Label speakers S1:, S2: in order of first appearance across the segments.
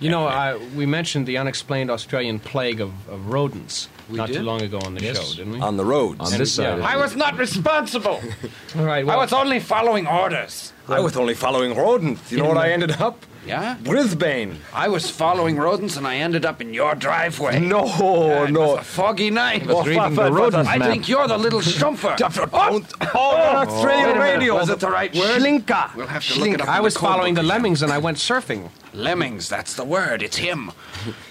S1: You know, I, we mentioned the unexplained Australian plague of, of rodents
S2: We
S1: not too
S2: did?
S1: long ago on the
S3: Yes.
S1: show, didn't we?
S4: on the roads.
S3: On this side.
S1: yeah.
S2: I was not responsible.
S1: All right.
S2: I
S1: Well,
S2: was only following orders.
S4: I was only following rodents. You know what I ended up?
S2: Yeah?
S4: Brisbane.
S2: I was following rodents and I ended up in your driveway.
S4: No,
S2: Yeah, it was
S4: Mm, oh, no.
S2: a foggy night.
S4: was reading the rodents
S2: I
S4: map.
S2: think you're the little Schumpfer.
S4: Oh, on Australian radio.
S2: Was it the right word?
S4: Schlinka.
S2: We'll have to look it up. in
S1: I
S2: the
S1: was
S2: code
S1: following the
S2: book.
S1: lemmings and I went surfing.
S2: Lemmings, that's the word. It's him.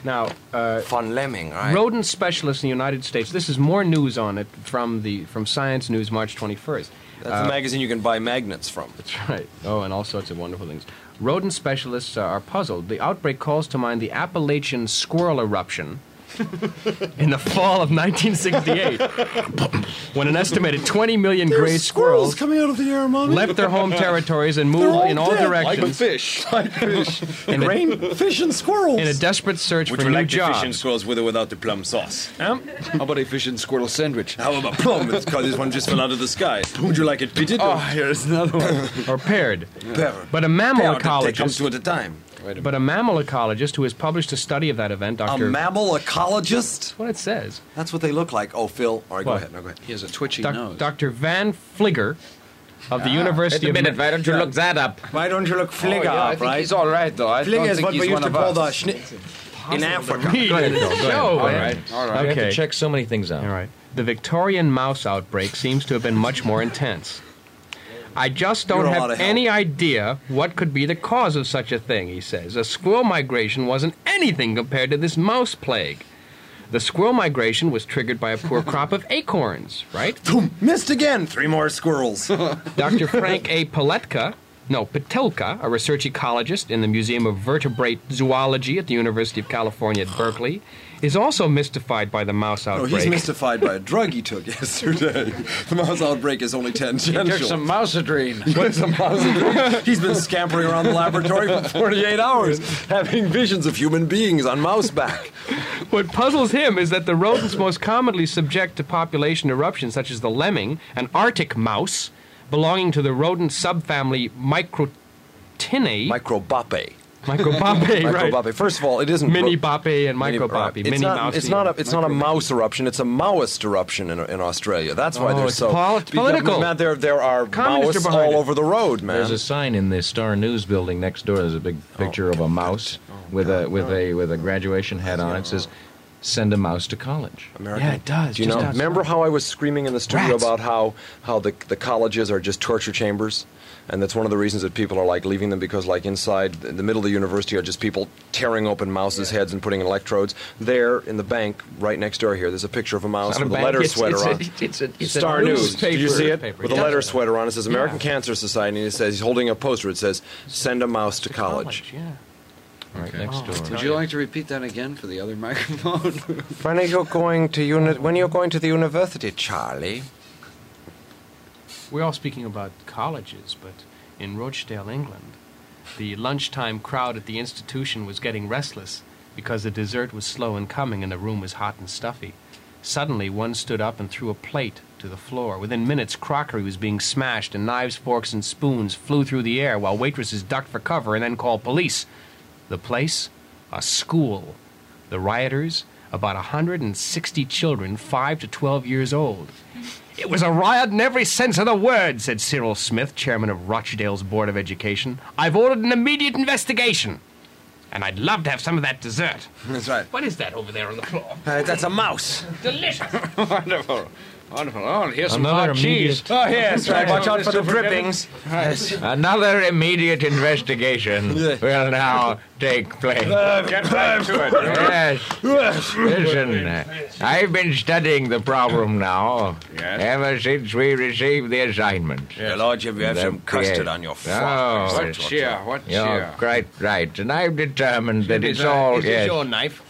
S1: Now, uh,
S4: Von Lemming, right?
S1: rodent specialists in the United States. This is more news on it from the from Science News, March twenty first.
S4: That's a magazine you can buy magnets from.
S1: That's right. Oh, and all sorts of wonderful things. Rodent specialists uh, are puzzled. The outbreak calls to mind the Appalachian squirrel eruption in the fall of 1968, when an estimated 20 million gray squirrels
S4: coming out of the air, mommy.
S1: left their home territories and moved in all directions
S4: fish. Like fish.
S1: in, a,
S4: fish and squirrels.
S1: in a desperate search
S4: Would
S1: for
S4: you
S1: new
S4: like the fish and
S1: jobs.
S4: squirrels with or without the plum sauce?
S3: How about a fish and squirrel sandwich?
S4: How about plum? Because this one just fell out of the sky. Would you like it pitted?
S3: Oh,
S4: or
S3: here's another one.
S1: Or paired.
S4: pepper?
S1: But a
S4: Pepper, Take them
S1: mammalologist,
S4: two at a time.
S1: but a mammal ecologist who has published a study of that event,
S4: A
S1: Dr.
S4: mammal ecologist?
S1: what it says.
S4: That's what they look like. Oh, Phil. All right, go
S1: What?
S4: ahead. No, go ahead.
S2: He has a twitchy
S1: Doc-
S2: nose.
S1: Dr. Van Fligger of the University of Ma-
S3: don't you look that up?
S4: Why don't you look
S2: Oh,
S4: fligger
S2: yeah, I think he's all right, though. I
S4: Fligger
S2: don't
S4: is
S2: think
S4: what
S2: he's
S4: we
S2: one
S4: used to
S2: of
S4: call the
S2: us.
S4: schnitzel in Africa.
S1: Go ahead, Phil, go ahead.
S3: All
S1: Okay.
S3: right.
S2: All
S3: We
S2: right.
S3: have to check so many things out.
S1: All right. The Victorian mouse outbreak seems to have been much more intense. I just don't
S4: You're a lot
S1: have
S4: of help.
S1: any idea what could be the cause of such a thing, he says. A squirrel migration wasn't anything compared to this mouse plague. The squirrel migration was triggered by a poor crop of acorns, right?
S4: Boom, Missed again. Oh, Three more squirrels.
S1: Dr. Frank A. Paletka, no, Patelka, a research ecologist in the Museum of Vertebrate Zoology at the University of California at Berkeley, is also mystified by the mouse
S4: Oh,
S1: outbreak.
S4: he's mystified by a drug he took yesterday. The mouse outbreak is only tangential.
S2: Took some mousadrine.
S4: Put some mouse in there. He's been scampering around the laboratory for 48 hours, having visions of human beings on mouseback.
S1: What puzzles him is that the rodents most commonly subject to population eruptions, such as the lemming, an Arctic mouse belonging to the rodent subfamily Microtinae,
S4: Microbape.
S1: Microbapae, right?
S4: Microbape. First of all, it isn't
S1: Mini
S4: ro-
S1: Bapae and
S4: mini- right.
S1: Microbapae.
S4: It's
S1: Mini
S4: not,
S1: mouse.
S4: It's not a. It's not a mouse eruption. It's a Maoist eruption in, in Australia. That's why
S1: Oh,
S4: there's
S1: it's
S4: so
S1: poli-
S4: because,
S1: political.
S4: Man, there there are
S1: Communists are
S4: Maoists
S1: behind
S4: all
S1: it.
S4: over the road, man.
S3: There's a sign in the Star News building next door. There's a big
S4: Oh.
S3: picture of a mouse with a with a with a graduation hat on. It says, "Send a mouse to college."
S4: American.
S3: Yeah, it does,
S4: Do you
S3: just
S4: know?
S3: outside.
S4: Remember how I was screaming in the studio
S3: Rats.
S4: about how how the the colleges are just torture chambers, and that's one of the reasons that people are like leaving them because like inside in the middle of the university are just people tearing open mouses' heads and putting in electrodes. There in the bank right next door here, there's a picture of a mouse
S3: Not a
S4: with
S3: bank,
S4: a letter
S3: it's-
S4: sweater
S3: it's a-
S4: on.
S3: it's a- it's a
S4: Star News.
S3: newspaper.
S4: Did you see it?
S1: Newspaper,
S4: With a
S1: yeah.
S4: letter sweater on. It says American Cancer Society. And it says he's holding a poster. It says "Send a mouse to college."
S1: yeah.
S3: Right
S4: Oh,
S3: next door.
S2: Would you like to repeat that again for the other microphone?
S4: When are you going to uni- When are you going to the university, Charlie?
S1: We're all speaking about colleges, but in Rochdale, England, the lunchtime crowd at the institution was getting restless because the dessert was slow in coming and the room was hot and stuffy. Suddenly, one stood up and threw a plate to the floor. Within minutes, crockery was being smashed, and knives, forks, and spoons flew through the air while waitresses ducked for cover and then called police. The place? A school. The rioters? About 160 children, 5 to 12 years old. It was a riot in every sense of the word, said Cyril Smith, chairman of Rochdale's Board of Education. I've ordered an immediate investigation. And I'd love to have some of that dessert.
S4: That's right.
S1: What is that over there on the floor?
S4: Uh, that's a mouse.
S1: Delicious!
S2: Wonderful. Wonderful. Oh, here's some
S3: Another
S2: hot cheese.
S3: immediate-
S2: Oh, yes.
S4: That's right. Watch
S2: Oh,
S4: out for the
S2: Mr. Forgetting.
S4: drippings.
S3: Another immediate investigation will now take place.
S2: Get right to it.
S3: Yes. Listen, I've been studying the problem now
S2: Yes.
S3: ever since we received the assignment.
S4: Dear Lord, you have
S3: That
S4: some custard
S3: create-
S4: on
S1: Ah.
S4: your
S3: Oh,
S4: fork.
S2: What cheer? What
S3: You're
S2: cheer?
S3: quite right, and I've determined that it's all.
S1: Is
S3: yes.
S1: this your knife?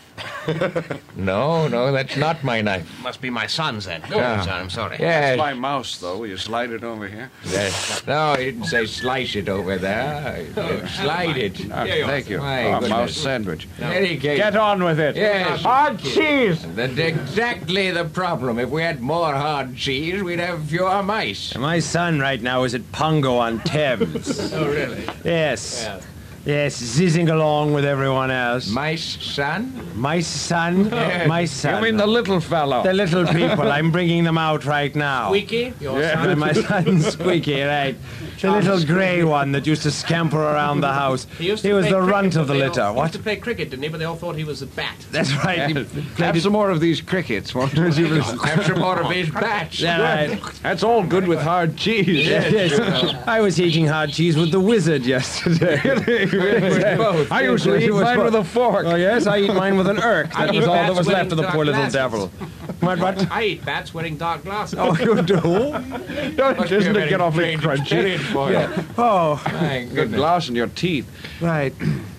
S3: No, no, that's not my knife.
S1: Must be my son's then. Go
S3: Yeah.
S1: on, son, I'm sorry.
S3: Yes,
S2: My mouse, though. Will you slide it over here?
S3: yes. No, I didn't say slice it over
S5: Oh,
S3: there. Slide it.
S2: Ah, thank you.
S3: My
S2: Oh,
S3: goodness.
S2: mouse sandwich.
S3: In any case,
S6: Get on with it.
S3: Yes.
S6: Hard cheese.
S3: that's exactly the problem. If we had more hard cheese, we'd have fewer mice.
S6: My son right now is at Pongo on Thames.
S3: Oh, really?
S6: yes. Yes, zizzing along with everyone else. My,
S3: My son?
S6: son, my Oh, son.
S5: You mean the little fellow?
S6: The little people. I'm bringing them out right now.
S1: Squeaky, your
S5: Yeah.
S1: son.
S6: My son Squeaky, right. The little grey one that used to scamper around the house.
S1: He, used
S6: He
S1: to
S6: was
S1: play
S6: the
S1: cricket,
S6: runt
S1: but
S6: of the
S1: they all-
S6: litter.
S1: He used
S6: What?
S1: to play cricket, didn't he? But they all thought he was a bat.
S6: That's right. He played
S5: Have
S6: it.
S5: some more of these crickets, won't you?
S3: After more of his batch.
S6: Yeah, right.
S5: That's all good with hard cheese.
S6: Yes. I was eating hard cheese with the wizard yesterday.
S5: I usually
S6: Yes,
S5: eat
S6: it was
S5: mine
S6: both.
S5: with a fork.
S6: Oh yes, I eat mine with an irk.
S1: I
S6: That
S1: eat
S6: was all that
S1: bats
S6: was left
S1: wearing
S6: of the
S1: dark
S6: poor little
S1: glasses.
S6: devil. What? What?
S1: I eat bats wearing dark glasses.
S6: Oh, you do?
S5: Don't, doesn't it get awfully crunchy?
S6: Oh,
S3: My
S5: Good
S3: goodness.
S5: gloss in your teeth.
S6: right.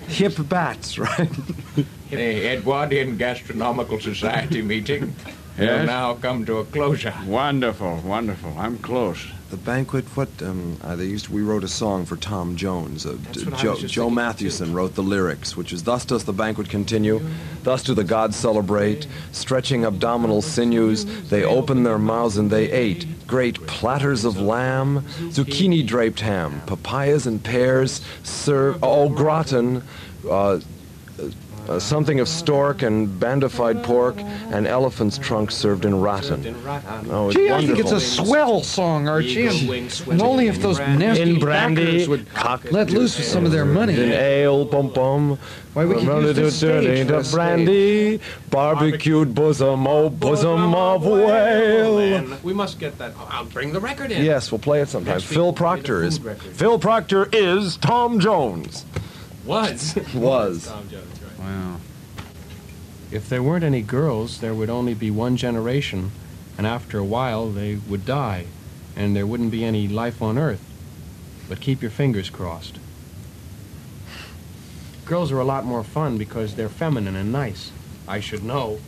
S6: Hip bats, right?
S3: The Edwardian Gastronomical Society meeting
S5: Yes.
S3: will now come to a closure.
S5: Wonderful, wonderful. I'm close.
S4: The banquet. What um, uh, they used. We wrote a song for Tom Jones. Uh,
S1: That's
S4: d-
S1: what I
S4: Joe,
S1: was just
S4: Joe
S1: thinking,
S4: Mathewson wrote the lyrics, which is "Thus does the banquet continue, thus do the gods celebrate, stretching abdominal sinews. They opened their mouths and they ate great platters of lamb, zucchini draped ham, papayas and pears, served au gratin." Uh, uh, something of stork and bandified pork and elephant's trunk served in rotten. Oh, it's
S5: Gee, I
S4: wonderful.
S5: think it's a swell song, Archie.
S1: Eagle
S5: And,
S1: wings
S5: and
S1: swimming
S5: only if those
S1: in brandy.
S5: nasty
S6: In brandy,
S5: backers would let loose with some of their
S4: In
S5: money.
S4: ale, pom pom.
S5: Why, we could
S4: Run
S5: use
S4: it
S5: this
S4: to dirty
S5: stage
S4: to
S5: for a stage.
S4: brandy, barbecued bosom, oh bosom of
S5: Oh,
S4: whale.
S1: Man, We must get that. Oh, I'll bring the record in.
S4: Yes, we'll play it sometime.
S1: Next week
S4: Phil
S1: we'll play the
S4: Proctor
S1: food
S4: is
S1: record.
S4: Phil Proctor is Tom Jones.
S1: Was.
S4: Was.
S1: Tom Jones, right.
S5: Wow.
S1: If there weren't any girls, there would only be one generation, and after a while they would die, and there wouldn't be any life on Earth. But keep your fingers crossed. Girls are a lot more fun because they're feminine and nice. I should know.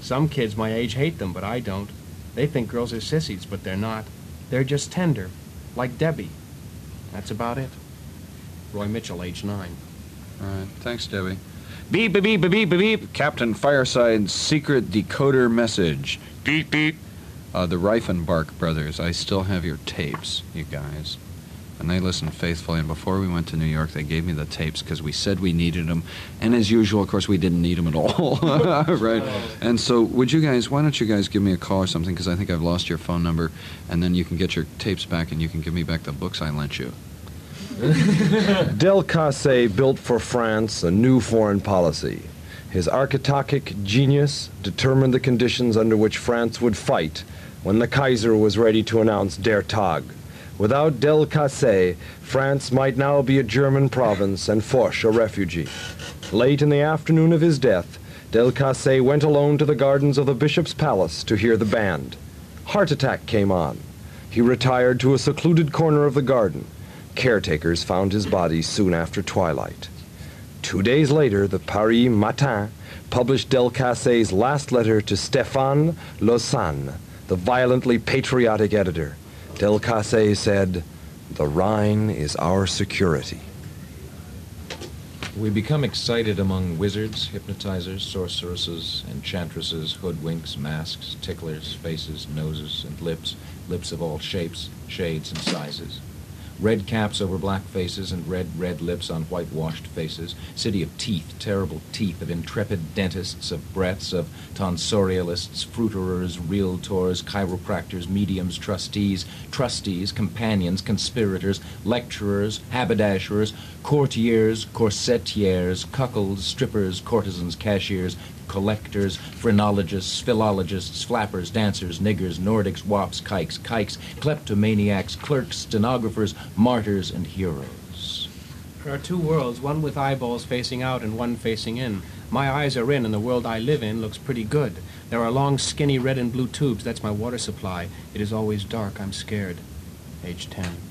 S1: Some kids my age hate them, but I don't. They think girls are sissies, but they're not. They're just tender, like Debbie. That's about it. Roy Mitchell, age nine.
S5: All right. Thanks, Debbie. Beep, beep, beep, beep, beep, beep. Captain Fireside's secret decoder message. Beep, beep. Uh, the Reifenbach brothers. I still have your tapes, you guys. And they listened faithfully. And before we went to New York, they gave me the tapes because we said we needed them. And as usual, of course, we didn't need them at all. right? And so, would you guys, why don't you guys give me a call or something? Because I think I've lost your phone number. And then you can get your tapes back and you can give me back the books I lent you.
S4: Del Delcasse built for France a new foreign policy. His architectic genius determined the conditions under which France would fight when the Kaiser was ready to announce Der Tag. Without Del Delcasse, France might now be a German province and Foch a refugee. Late in the afternoon of his death, Del Delcasse went alone to the gardens of the bishop's palace to hear the band. Heart attack came on. He retired to a secluded corner of the garden. Caretakers found his body soon after twilight. Two days later, the Paris Matin published Delcasse's last letter to Stéphane Lausanne, the violently patriotic editor. Delcasse said, The Rhine is our security.
S3: We become excited among wizards, hypnotizers, sorceresses, enchantresses, hoodwinks, masks, ticklers, faces, noses, and lips, lips of all shapes, shades, and sizes. Red caps over black faces and red, red lips on whitewashed faces. City of teeth, terrible teeth of intrepid dentists, of breaths, of tonsorialists, fruiterers, realtors, chiropractors, mediums, trustees, trustees, companions, conspirators, lecturers, haberdashers, courtiers, corsetiers, cuckolds, strippers, courtesans, cashiers, collectors, phrenologists, philologists, flappers, dancers, niggers, Nordics, wops, kikes, kikes, kleptomaniacs, clerks, stenographers, martyrs, and heroes.
S1: There are two worlds, one with eyeballs facing out and one facing in. My eyes are in, and the world I live in looks pretty good. There are long, skinny red and blue tubes. That's my water supply. It is always dark. I'm scared. Age 10.